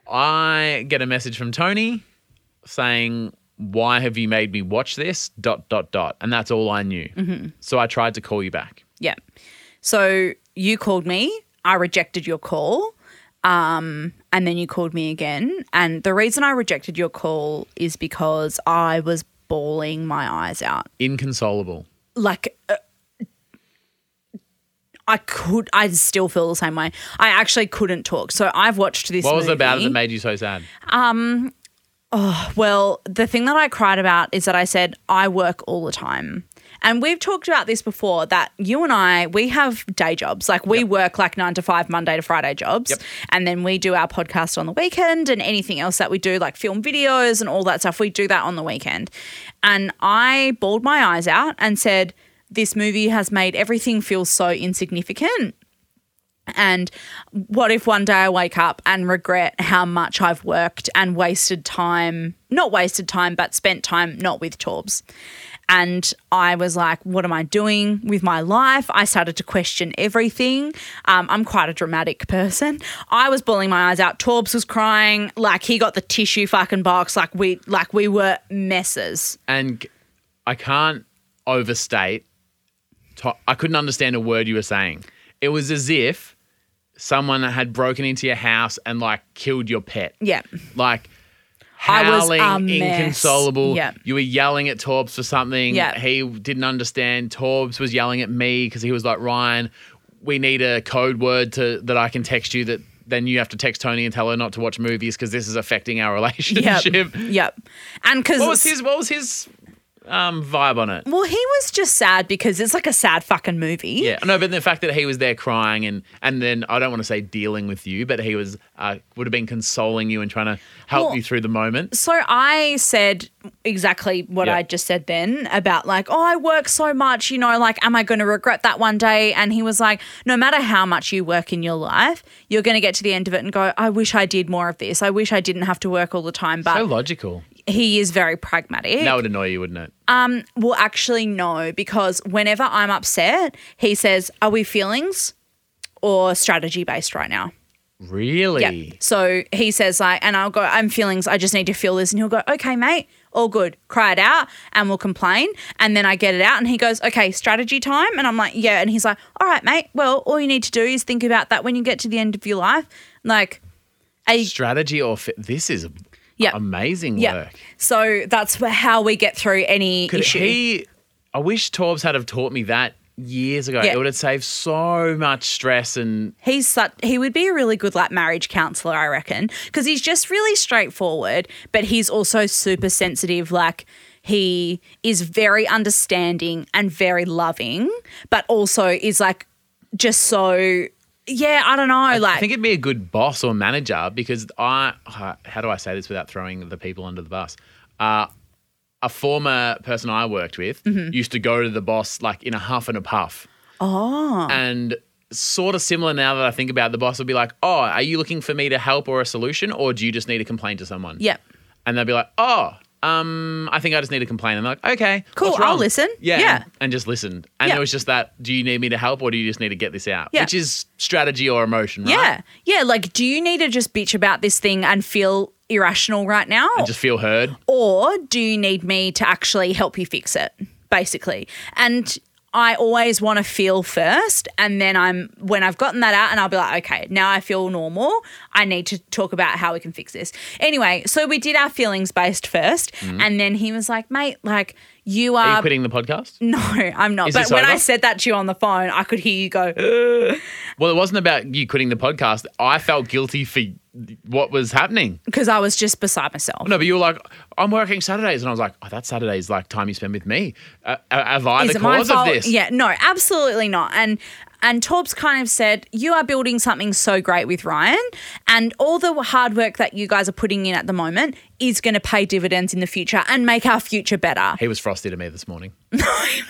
Speaker 2: I get a message from Tony saying, "Why have you made me watch this?" Dot dot dot, and that's all I knew. So I tried to call you back.
Speaker 3: Yeah. So you called me. I rejected your call. Um, and then you called me again. And the reason I rejected your call is because I was bawling my eyes out.
Speaker 2: Inconsolable.
Speaker 3: Like, uh, I could, I still feel the same way. I actually couldn't talk. So I've watched this.
Speaker 2: What was it about it
Speaker 3: movie.
Speaker 2: that made you so sad?
Speaker 3: Well, the thing that I cried about is that I said, I work all the time. And we've talked about this before that you and I, we have day jobs. Like we work like nine to five, Monday to Friday jobs.
Speaker 2: Yep.
Speaker 3: And then we do our podcast on the weekend and anything else that we do, like film videos and all that stuff. We do that on the weekend. And I bawled my eyes out and said, This movie has made everything feel so insignificant. And what if one day I wake up and regret how much I've worked and wasted time, not wasted time, but spent time not with Torbs? And I was like, what am I doing with my life? I started to question everything. Um, I'm quite a dramatic person. I was bawling my eyes out. Torbs was crying. Like he got the tissue fucking box. Like we, like we were messes.
Speaker 2: And c- I can't overstate. To- I couldn't understand a word you were saying. It was as if someone had broken into your house and like killed your pet.
Speaker 3: Yeah.
Speaker 2: like
Speaker 3: I was a
Speaker 2: howling,
Speaker 3: mess.
Speaker 2: inconsolable.
Speaker 3: Yeah.
Speaker 2: You were yelling at Torbs for something
Speaker 3: Yeah.
Speaker 2: he didn't understand. Torbs was yelling at me because he was like, Ryan, we need a code word to that I can text you that then you have to text Tony and tell her not to watch movies because this is affecting our
Speaker 3: Yep.
Speaker 2: relationship.
Speaker 3: yep. And because
Speaker 2: What was his what was his um, vibe on it?
Speaker 3: Well, he was just sad because it's like a sad fucking movie.
Speaker 2: Yeah, no, but the fact that he was there crying and and then I don't want to say dealing with you, but he was uh, would have been consoling you and trying to help
Speaker 3: Well-
Speaker 2: you through the moment.
Speaker 3: So I said exactly what
Speaker 2: Yeah.
Speaker 3: I just said then about like, oh, I work so much, you know, like, am I going to regret that one day? And he was like, no matter how much you work in your life, you're going to get to the end of it and go, I wish I did more of this. I wish I didn't have to work all the time. But
Speaker 2: So logical.
Speaker 3: he is very pragmatic.
Speaker 2: That would annoy you, wouldn't it?
Speaker 3: Well, actually, no, because whenever I'm upset, he says, are we feelings or strategy based right now?
Speaker 2: Really?
Speaker 3: Yeah. So he says like, and I'll go, I'm feelings, I just need to feel this. And he'll go, okay, mate, all good. Cry it out and we'll complain. And then I get it out and he goes, okay, strategy time. And I'm like, yeah. And he's like, all right, mate, well, all you need to do is think about that when you get to the end of your life. Like, are you-
Speaker 2: Strategy or fit. This is
Speaker 3: Yeah.
Speaker 2: amazing
Speaker 3: yeah.
Speaker 2: work.
Speaker 3: So that's wh- how we get through any
Speaker 2: Could
Speaker 3: issue.
Speaker 2: he? I wish Torbs had have taught me that years ago.
Speaker 3: Yeah.
Speaker 2: It would have saved so much stress and
Speaker 3: He's such, he would be a really good like marriage counselor, I reckon, because he's just really straightforward, but he's also super sensitive. Like he is very understanding and very loving, but also is like just so yeah. I don't know. like
Speaker 2: I think it'd be a good boss or manager because I, how do I say this without throwing the people under the bus? Uh, a former person I worked with used to go to the boss like in a huff and a puff. Oh. And sort of similar now that I think about it, the boss would be like, oh, are you looking for me to help or a solution or do you just need to complain to someone?
Speaker 3: Yep.
Speaker 2: And they'd be like, oh, um, I think I just need to complain. And they're like, okay,
Speaker 3: Cool,
Speaker 2: what's
Speaker 3: I'll
Speaker 2: wrong?"
Speaker 3: listen.
Speaker 2: Yeah,
Speaker 3: Yeah.
Speaker 2: And, and just listened. And
Speaker 3: Yeah.
Speaker 2: it was just that, do you need me to help or do you just need to get this out?
Speaker 3: Yeah.
Speaker 2: Which is strategy or emotion, right?
Speaker 3: Yeah. Yeah. Like, do you need to just bitch about this thing and feel irrational right now?
Speaker 2: And just feel heard.
Speaker 3: or do you need me to actually help you fix it? Basically. And I always want to feel first. And then I'm, when I've gotten that out, and I'll be like, okay, now I feel normal. I need to talk about how we can fix this. Anyway, so we did our feelings based 1st And then he was like, mate, like, you
Speaker 2: Mm-hmm. Are
Speaker 3: are
Speaker 2: you quitting the podcast?
Speaker 3: no, I'm not.
Speaker 2: Is
Speaker 3: but
Speaker 2: this
Speaker 3: when I
Speaker 2: over?
Speaker 3: said that to you on the phone, I could hear you go,
Speaker 2: Well, it wasn't about you quitting the podcast. I felt guilty for what was happening.
Speaker 3: because I was just beside myself.
Speaker 2: No, but you were like, I'm working Saturdays. And I was like, oh, that Saturday's like time you spend with me. Uh, uh, have I
Speaker 3: Is
Speaker 2: the
Speaker 3: it my
Speaker 2: cause of
Speaker 3: fault?
Speaker 2: this?
Speaker 3: Yeah, no, absolutely not. And and Torb's kind of said, You are building something so great with Ryan, and all the hard work that you guys are putting in at the moment is going to pay dividends in the future and make our future better.
Speaker 2: He was frosty to me this morning.
Speaker 3: No, he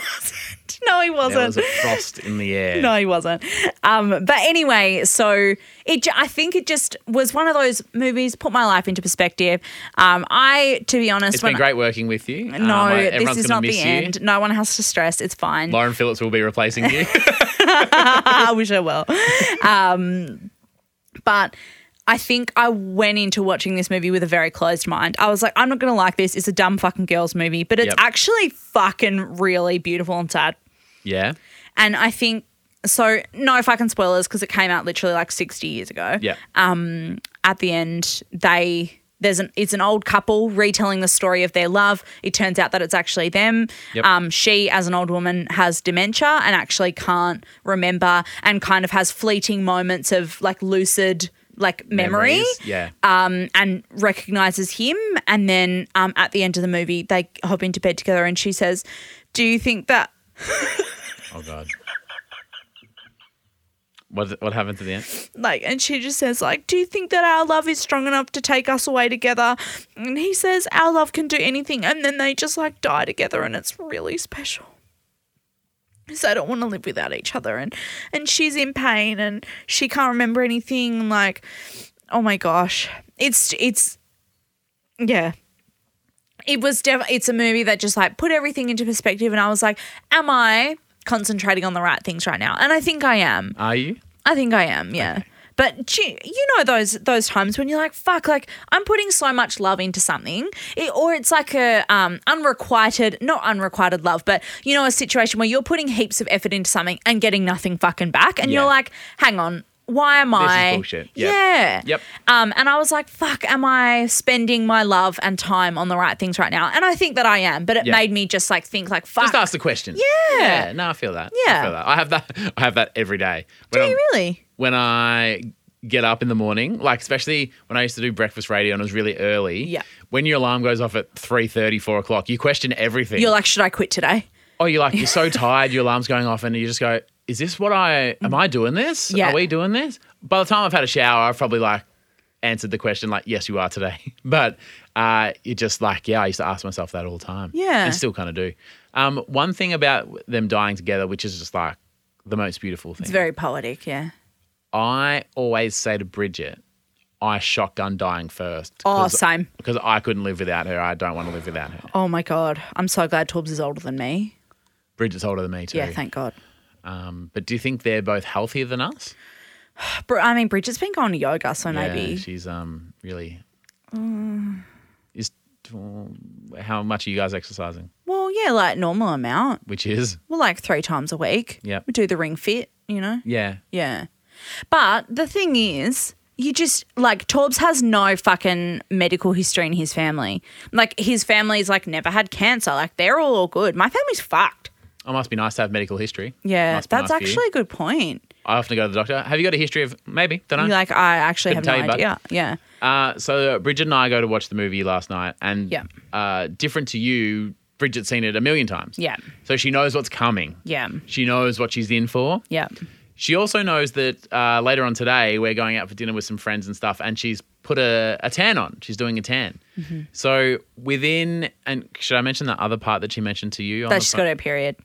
Speaker 2: There was
Speaker 3: wasn't.
Speaker 2: a frost in the air.
Speaker 3: no, he wasn't. Um, but anyway, so it. ju- I think it just was one of those movies. Put my life into perspective. Um, I, to be honest,
Speaker 2: It's
Speaker 3: when
Speaker 2: been great working with you. Um,
Speaker 3: No,
Speaker 2: I-
Speaker 3: this
Speaker 2: everyone's
Speaker 3: is
Speaker 2: gonna
Speaker 3: not the
Speaker 2: miss you.
Speaker 3: end. No one has to stress. It's fine.
Speaker 2: Lauren Phillips will be replacing you.
Speaker 3: I wish I will. Um, but I think I went into watching this movie with a very closed mind. I was like, I'm not going to like this. It's a dumb fucking girls movie, but it's
Speaker 2: Yep.
Speaker 3: actually fucking really beautiful and sad.
Speaker 2: yeah.
Speaker 3: And I think so. No fucking spoilers because it came out literally like 60 years ago.
Speaker 2: Yeah.
Speaker 3: At the end, they. There's an it's an old couple retelling the story of their love. It turns out that it's actually them.
Speaker 2: Yep.
Speaker 3: Um, she, as an old woman, has dementia and actually can't remember, and kind of has fleeting moments of like lucid like memory
Speaker 2: Memories. Yeah.
Speaker 3: um, and recognizes him. And then um, at the end of the movie, they hop into bed together, and she says, "Do you think that
Speaker 2: oh God. What what happened to the end?
Speaker 3: like?" And she just says, "Like, do you think that our love is strong enough to take us away together?" And he says, "Our love can do anything." And then they just like die together, and it's really special. Because I don't want to live without each other, and and she's in pain, and she can't remember anything. and, Like, oh my gosh, it's it's yeah. it was def- it's a movie that just like put everything into perspective and i was like am i concentrating on the right things right now and i think i am
Speaker 2: Are you?
Speaker 3: i think i am yeah but gee, you know those those times when you're like fuck like i'm putting so much love into something it, or it's like a um, unrequited not unrequited love but you know a situation where you're putting heaps of effort into something and getting nothing fucking back and
Speaker 2: Yeah.
Speaker 3: you're like hang on why am
Speaker 2: is
Speaker 3: i
Speaker 2: bullshit. Yep.
Speaker 3: yeah
Speaker 2: Yep.
Speaker 3: um, and I was like, fuck, am I spending my love and time on the right things right now? And I think that I am, but it
Speaker 2: Yeah.
Speaker 3: made me just like think like, fuck.
Speaker 2: Just ask the question.
Speaker 3: Uh, Yeah.
Speaker 2: Yeah. No, I feel that.
Speaker 3: Yeah.
Speaker 2: I feel that. I have that. I have that every day. When
Speaker 3: Do
Speaker 2: I'm-
Speaker 3: you really?
Speaker 2: When I get up in the morning, like especially when I used to do breakfast radio and it was really early.
Speaker 3: Yeah.
Speaker 2: When your alarm goes off at 3.30, 4 o'clock, you question everything.
Speaker 3: You're like, should I quit today?
Speaker 2: oh, you're like, you're so tired, your alarm's going off, and you just go, is this what I, am I doing this?
Speaker 3: Yeah.
Speaker 2: Are we doing this? By the time I've had a shower, I've probably like answered the question, like, yes, you are today. But uh, you're just like, yeah, I used to ask myself that all the time.
Speaker 3: Yeah.
Speaker 2: And still kind of do. Um, one thing about them dying together, which is just like the most beautiful thing.
Speaker 3: It's very poetic, yeah.
Speaker 2: I always say to Bridget, I shotgun dying first.
Speaker 3: Oh, same.
Speaker 2: Because I couldn't live without her. I don't want to live without her.
Speaker 3: Oh my God. I'm so glad Torbs is older than me.
Speaker 2: Bridget's older than me too.
Speaker 3: Yeah, thank God.
Speaker 2: um, but do you think they're both healthier than us?
Speaker 3: Br- I mean, Bridget's been going to yoga, so
Speaker 2: Yeah,
Speaker 3: maybe.
Speaker 2: she's um really
Speaker 3: Mm.
Speaker 2: is how much are you guys exercising?
Speaker 3: well, yeah, like normal amount.
Speaker 2: Which is
Speaker 3: Well, like three times a week.
Speaker 2: Yep.
Speaker 3: We do the ring fit, you know?
Speaker 2: yeah,
Speaker 3: Yeah. But the thing is, you just like Torbs has no fucking medical history in his family. Like his family's like never had cancer. Like they're all, all good. My family's fucked.
Speaker 2: oh, must be nice to have medical history.
Speaker 3: Yeah,
Speaker 2: Must be
Speaker 3: that's
Speaker 2: nice for you.
Speaker 3: actually a good point.
Speaker 2: I often go to the doctor. Have you got a history of maybe? Don't know.
Speaker 3: Like I actually
Speaker 2: Couldn't
Speaker 3: have
Speaker 2: tell
Speaker 3: no
Speaker 2: you, bud.
Speaker 3: idea. Yeah.
Speaker 2: Uh, so Bridget and I go to watch the movie last night, and
Speaker 3: Yeah.
Speaker 2: uh, different to you, Bridget's seen it a million times.
Speaker 3: Yeah.
Speaker 2: So she knows what's coming.
Speaker 3: Yeah.
Speaker 2: She knows what she's in for.
Speaker 3: Yeah.
Speaker 2: She also knows that uh, later on today we're going out for dinner with some friends and stuff, and she's put a, a tan on. She's doing a tan.
Speaker 3: Mm-hmm.
Speaker 2: So within and should I mention the other part that she mentioned to you? On
Speaker 3: That
Speaker 2: the
Speaker 3: she's
Speaker 2: phone?
Speaker 3: got her period.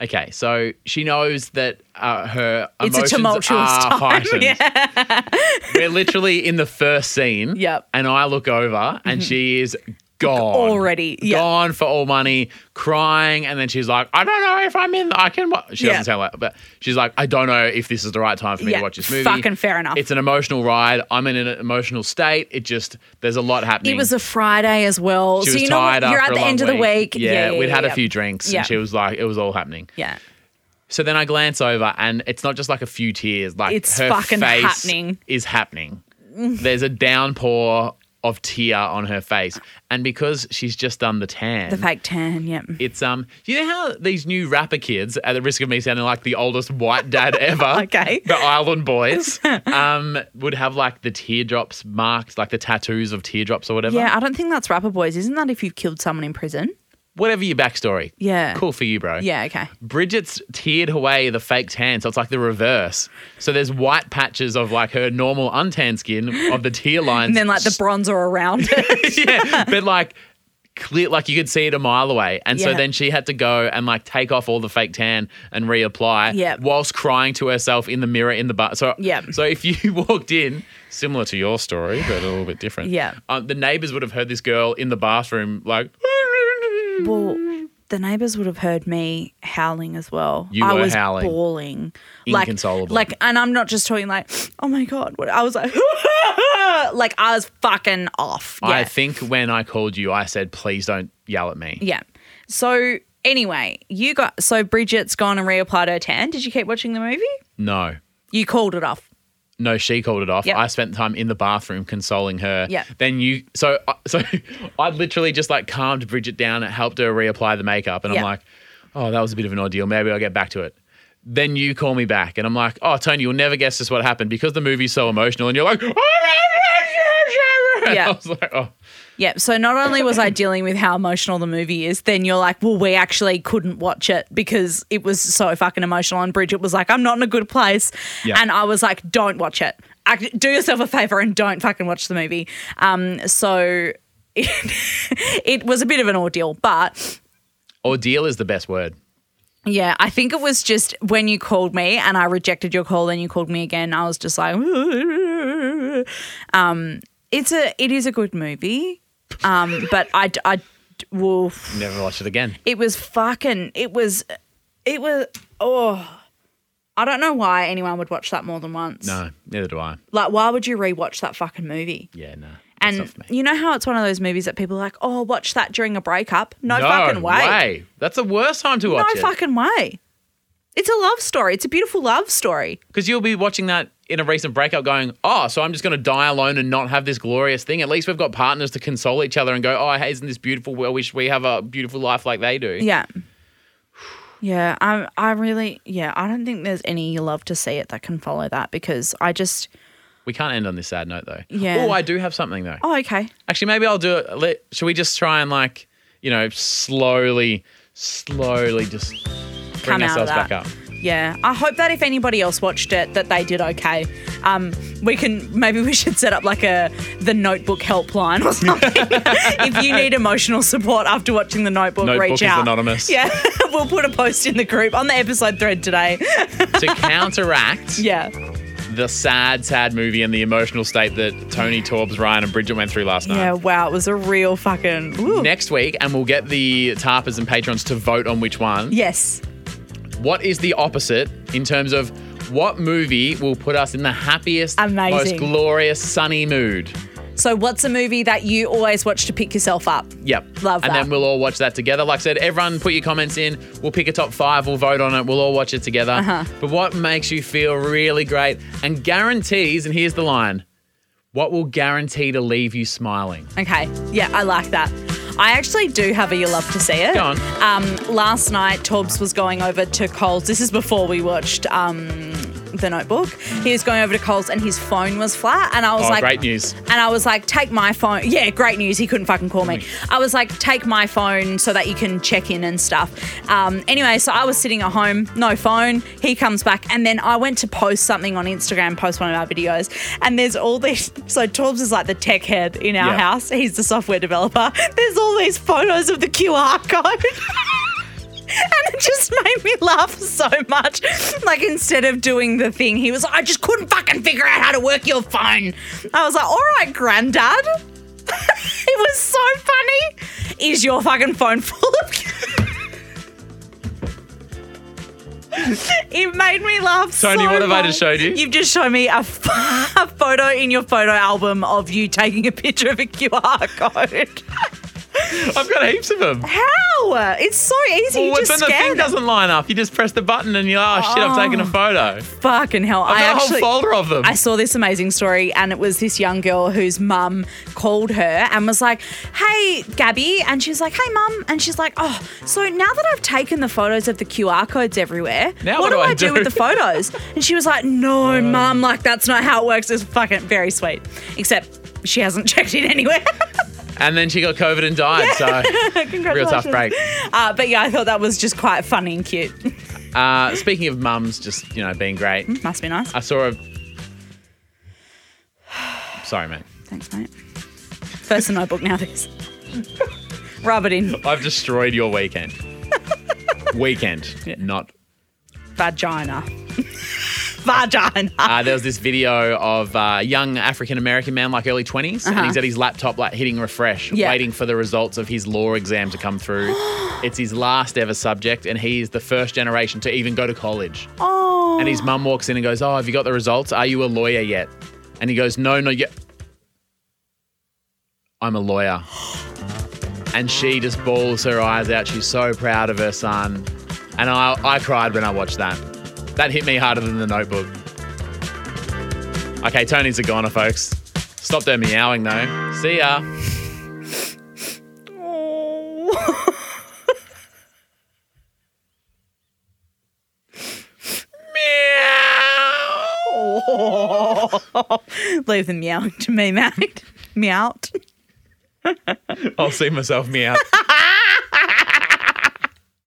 Speaker 2: Okay, so she knows that uh, her
Speaker 3: It's a
Speaker 2: emotions
Speaker 3: tumultuous
Speaker 2: are
Speaker 3: time,
Speaker 2: heightened. We're literally in the first scene.
Speaker 3: Yep. Mm-hmm.
Speaker 2: And I look over, and she is gone
Speaker 3: Already, yeah.
Speaker 2: gone for all money, crying, and then she's like, I don't know if I'm in. I can. wa-" She
Speaker 3: Yeah.
Speaker 2: doesn't sound like, but she's like, I don't know if this is the right time for me
Speaker 3: Yeah,
Speaker 2: to watch this movie.
Speaker 3: fucking fair enough.
Speaker 2: It's an emotional ride. I'm in an emotional state. It just there's a lot happening.
Speaker 3: It was a Friday as well.
Speaker 2: She
Speaker 3: so
Speaker 2: was
Speaker 3: you know
Speaker 2: tired
Speaker 3: what? You're at
Speaker 2: after a
Speaker 3: the end of
Speaker 2: long
Speaker 3: the week.
Speaker 2: Yeah, we'd had
Speaker 3: yeah.
Speaker 2: a few drinks,
Speaker 3: Yeah.
Speaker 2: and she was like, it was all happening.
Speaker 3: Yeah.
Speaker 2: So then I glance over, and it's not just like a few tears. Like
Speaker 3: It's
Speaker 2: her
Speaker 3: fucking
Speaker 2: face
Speaker 3: happening.
Speaker 2: Is happening. There's a downpour of tear on her face, and because she's just done the tan,
Speaker 3: The fake tan, yeah.
Speaker 2: it's um. You know how these new rapper kids, at the risk of me sounding like the oldest white dad ever,
Speaker 3: Okay.
Speaker 2: the Island Boys, um, would have like the teardrops marked, like the tattoos of teardrops or whatever.
Speaker 3: Yeah, I don't think that's rapper boys. Isn't that if you killed someone in prison?
Speaker 2: Whatever your backstory.
Speaker 3: Yeah.
Speaker 2: Cool for you, bro.
Speaker 3: Yeah, okay.
Speaker 2: Bridget's teared away the fake tan, so it's like the reverse. So there's white patches of like her normal untanned skin of the tear lines.
Speaker 3: And then like the bronzer around it.
Speaker 2: yeah, but like clear, like you could see it a mile away. And so
Speaker 3: Yeah.
Speaker 2: then she had to go and like take off all the fake tan and reapply.
Speaker 3: Yep.
Speaker 2: whilst crying to herself in the mirror in the bar. So
Speaker 3: Yep.
Speaker 2: So if you walked in, similar to your story but a little bit different.
Speaker 3: Yeah.
Speaker 2: um, the neighbors would have heard this girl in the bathroom like.
Speaker 3: well, the neighbors would have heard me howling as well.
Speaker 2: You
Speaker 3: I
Speaker 2: were
Speaker 3: was
Speaker 2: howling.
Speaker 3: bawling.
Speaker 2: Inconsolable.
Speaker 3: Like, like, and I'm not just talking like, oh my God. What? I was like, like I was fucking off. Yeah.
Speaker 2: I think when I called you, I said, please don't yell at me.
Speaker 3: yeah. So anyway, you got, so Bridget's gone and reapplied her tan. Did you keep watching the movie?
Speaker 2: No.
Speaker 3: You called it off.
Speaker 2: No, she called it off.
Speaker 3: Yep.
Speaker 2: I spent time in the bathroom consoling her.
Speaker 3: Yep.
Speaker 2: Then you, so I- so I literally just like calmed Bridget down and helped her reapply the makeup, and
Speaker 3: Yep.
Speaker 2: I'm like, oh, that was a bit of an ordeal. Maybe I'll get back to it. Then you call me back, and I'm like, oh, Tony, you'll never guess this what happened because the movie's so emotional, and you're like, "Oh, And
Speaker 3: Yeah.
Speaker 2: I was like, oh,
Speaker 3: Yeah. So not only was I dealing with how emotional the movie is, then you're like, well, we actually couldn't watch it because it was so fucking emotional. And Bridget was like, I'm not in a good place.
Speaker 2: Yeah.
Speaker 3: And I was like, don't watch it. Act- do yourself a favor and don't fucking watch the movie. Um, so it, it was a bit of an ordeal, but
Speaker 2: ordeal is the best word.
Speaker 3: yeah, I think it was just when you called me and I rejected your call, then you called me again. I was just like, um, it's a, it is a good movie, um, but I, d- I d- will.
Speaker 2: Never watch it again.
Speaker 3: It was fucking. It was. It was. Oh, I don't know why anyone would watch that more than once.
Speaker 2: No, neither do I.
Speaker 3: Like, why would you rewatch that fucking movie?
Speaker 2: Yeah, no. that's
Speaker 3: And
Speaker 2: not for me.
Speaker 3: you know how it's one of those movies that people are like, oh, watch that during a breakup? No,
Speaker 2: no
Speaker 3: fucking way.
Speaker 2: That's the worst time to
Speaker 3: No
Speaker 2: watch it.
Speaker 3: fucking way. It's a love story. It's a beautiful love story.
Speaker 2: Because you'll be watching that in a recent breakup going, oh, so I'm just going to die alone and not have this glorious thing. At least we've got partners to console each other and go, oh, hey, isn't this beautiful? Well, wish we have a beautiful life like they do.
Speaker 3: Yeah. Yeah, I I really yeah, I don't think there's any love to see it that can follow that because I just
Speaker 2: We can't end on this sad note, though.
Speaker 3: Yeah.
Speaker 2: Oh, I do have something, though.
Speaker 3: oh okay.
Speaker 2: Actually, maybe I'll do it. Let, should we just try and, like, you know, slowly, slowly just bring
Speaker 3: Come out of
Speaker 2: ourselves
Speaker 3: that.
Speaker 2: back up?
Speaker 3: Yeah, I hope that if anybody else watched it, that they did okay. Um, we can maybe we should set up like a the Notebook helpline or something. if you need emotional support after watching the Notebook,
Speaker 2: Notebook
Speaker 3: reach
Speaker 2: is
Speaker 3: out.
Speaker 2: anonymous.
Speaker 3: Yeah, we'll put a post in the group on the episode thread today.
Speaker 2: to counteract
Speaker 3: yeah,
Speaker 2: the sad, sad movie and the emotional state that Tony Torbs, Ryan, and Bridget went through last night.
Speaker 3: yeah. Wow, it was a real fucking. Ooh.
Speaker 2: next week and we'll get the tarpers and patrons to vote on which one.
Speaker 3: yes.
Speaker 2: What is the opposite in terms of what movie will put us in the happiest, most
Speaker 3: Amazing.
Speaker 2: glorious, sunny mood?
Speaker 3: So, what's a movie that you always watch to pick yourself up?
Speaker 2: Yep.
Speaker 3: Love
Speaker 2: And
Speaker 3: that.
Speaker 2: then we'll all watch that together. Like I said, everyone put your comments in. We'll pick a top five. We'll vote on it. We'll all watch it together.
Speaker 3: Uh-huh.
Speaker 2: But what makes you feel really great and guarantees, and here's the line what will guarantee to leave you smiling?
Speaker 3: Okay. Yeah, I like that. I actually do have a you love to see it.
Speaker 2: Go on.
Speaker 3: Um, last night, Torbs was going over to Coles. This is before we watched um, The Notebook. He was going over to Coles and his phone was flat. And I was
Speaker 2: Oh,
Speaker 3: like,
Speaker 2: great news.
Speaker 3: And I was like, take my phone. Yeah, great news. He couldn't fucking call me. I was like, take my phone so that you can check in and stuff. Um, anyway, so I was sitting at home, no phone. He comes back, and then I went to post something on Instagram, post one of our videos, and there's all these. So Torbs is like the tech head in our
Speaker 2: Yeah.
Speaker 3: house. He's the software developer. There's all these photos of the QR code. And it just made me laugh so much. Like, instead of doing the thing, he was like, I just couldn't fucking figure out how to work your phone. I was like, all right, granddad. he it was so funny. Is your fucking phone full of? It made me laugh.
Speaker 2: Tony,
Speaker 3: so
Speaker 2: what have I just
Speaker 3: much.
Speaker 2: showed you?
Speaker 3: You've just shown me a, f- a photo in your photo album of you taking a picture of a QR code.
Speaker 2: I've got heaps of them.
Speaker 3: How? It's so easy.
Speaker 2: Well,
Speaker 3: you
Speaker 2: when
Speaker 3: just
Speaker 2: the
Speaker 3: scan
Speaker 2: thing
Speaker 3: it.
Speaker 2: doesn't line up, you just press the button and you're, oh, shit, I've taken a photo.
Speaker 3: Fucking hell! I
Speaker 2: I've got
Speaker 3: actually.
Speaker 2: a whole folder of them.
Speaker 3: I saw this amazing story, and it was this young girl whose mum called her and was like, Hey, Gabby. And she's like, Hey, mum. And she's like, Oh, so now that I've taken the photos of the QR codes everywhere,
Speaker 2: Now
Speaker 3: what, do, I do with the photos? and she was like, No, mum, like, that's not how it works. It's fucking very sweet. Except she hasn't checked it anywhere.
Speaker 2: and then she got COVID and died. So, real
Speaker 3: Congratulations.
Speaker 2: tough break.
Speaker 3: Uh, but yeah, I thought that was just quite funny and cute.
Speaker 2: Uh, speaking of mums, just, you know, being great,
Speaker 3: Must be nice.
Speaker 2: I saw a. Sorry, mate.
Speaker 3: Thanks, mate. First in my book now, this. Rub it in.
Speaker 2: I've destroyed your weekend. weekend, not.
Speaker 3: vagina. vagina.
Speaker 2: Uh, there was this video of a uh, young African American man, like early 20s, and he's at his laptop, like hitting refresh,
Speaker 3: Yeah.
Speaker 2: waiting for the results of his law exam to come through. it's his last ever subject, and he is the first generation to even go to college.
Speaker 3: oh.
Speaker 2: And his mum walks in and goes, Oh, have you got the results? Are you a lawyer yet? And he goes, No, no, yet. I'm a lawyer. And she just bawls her eyes out. She's so proud of her son. And I, I cried when I watched that. That hit me harder than the notebook. Okay, Tony's a goner, folks. Stop their meowing, though. See ya.
Speaker 3: Oh.
Speaker 2: Meow.
Speaker 3: Oh, Leave them meowing to me, mate. Meow.
Speaker 2: I'll see myself meow.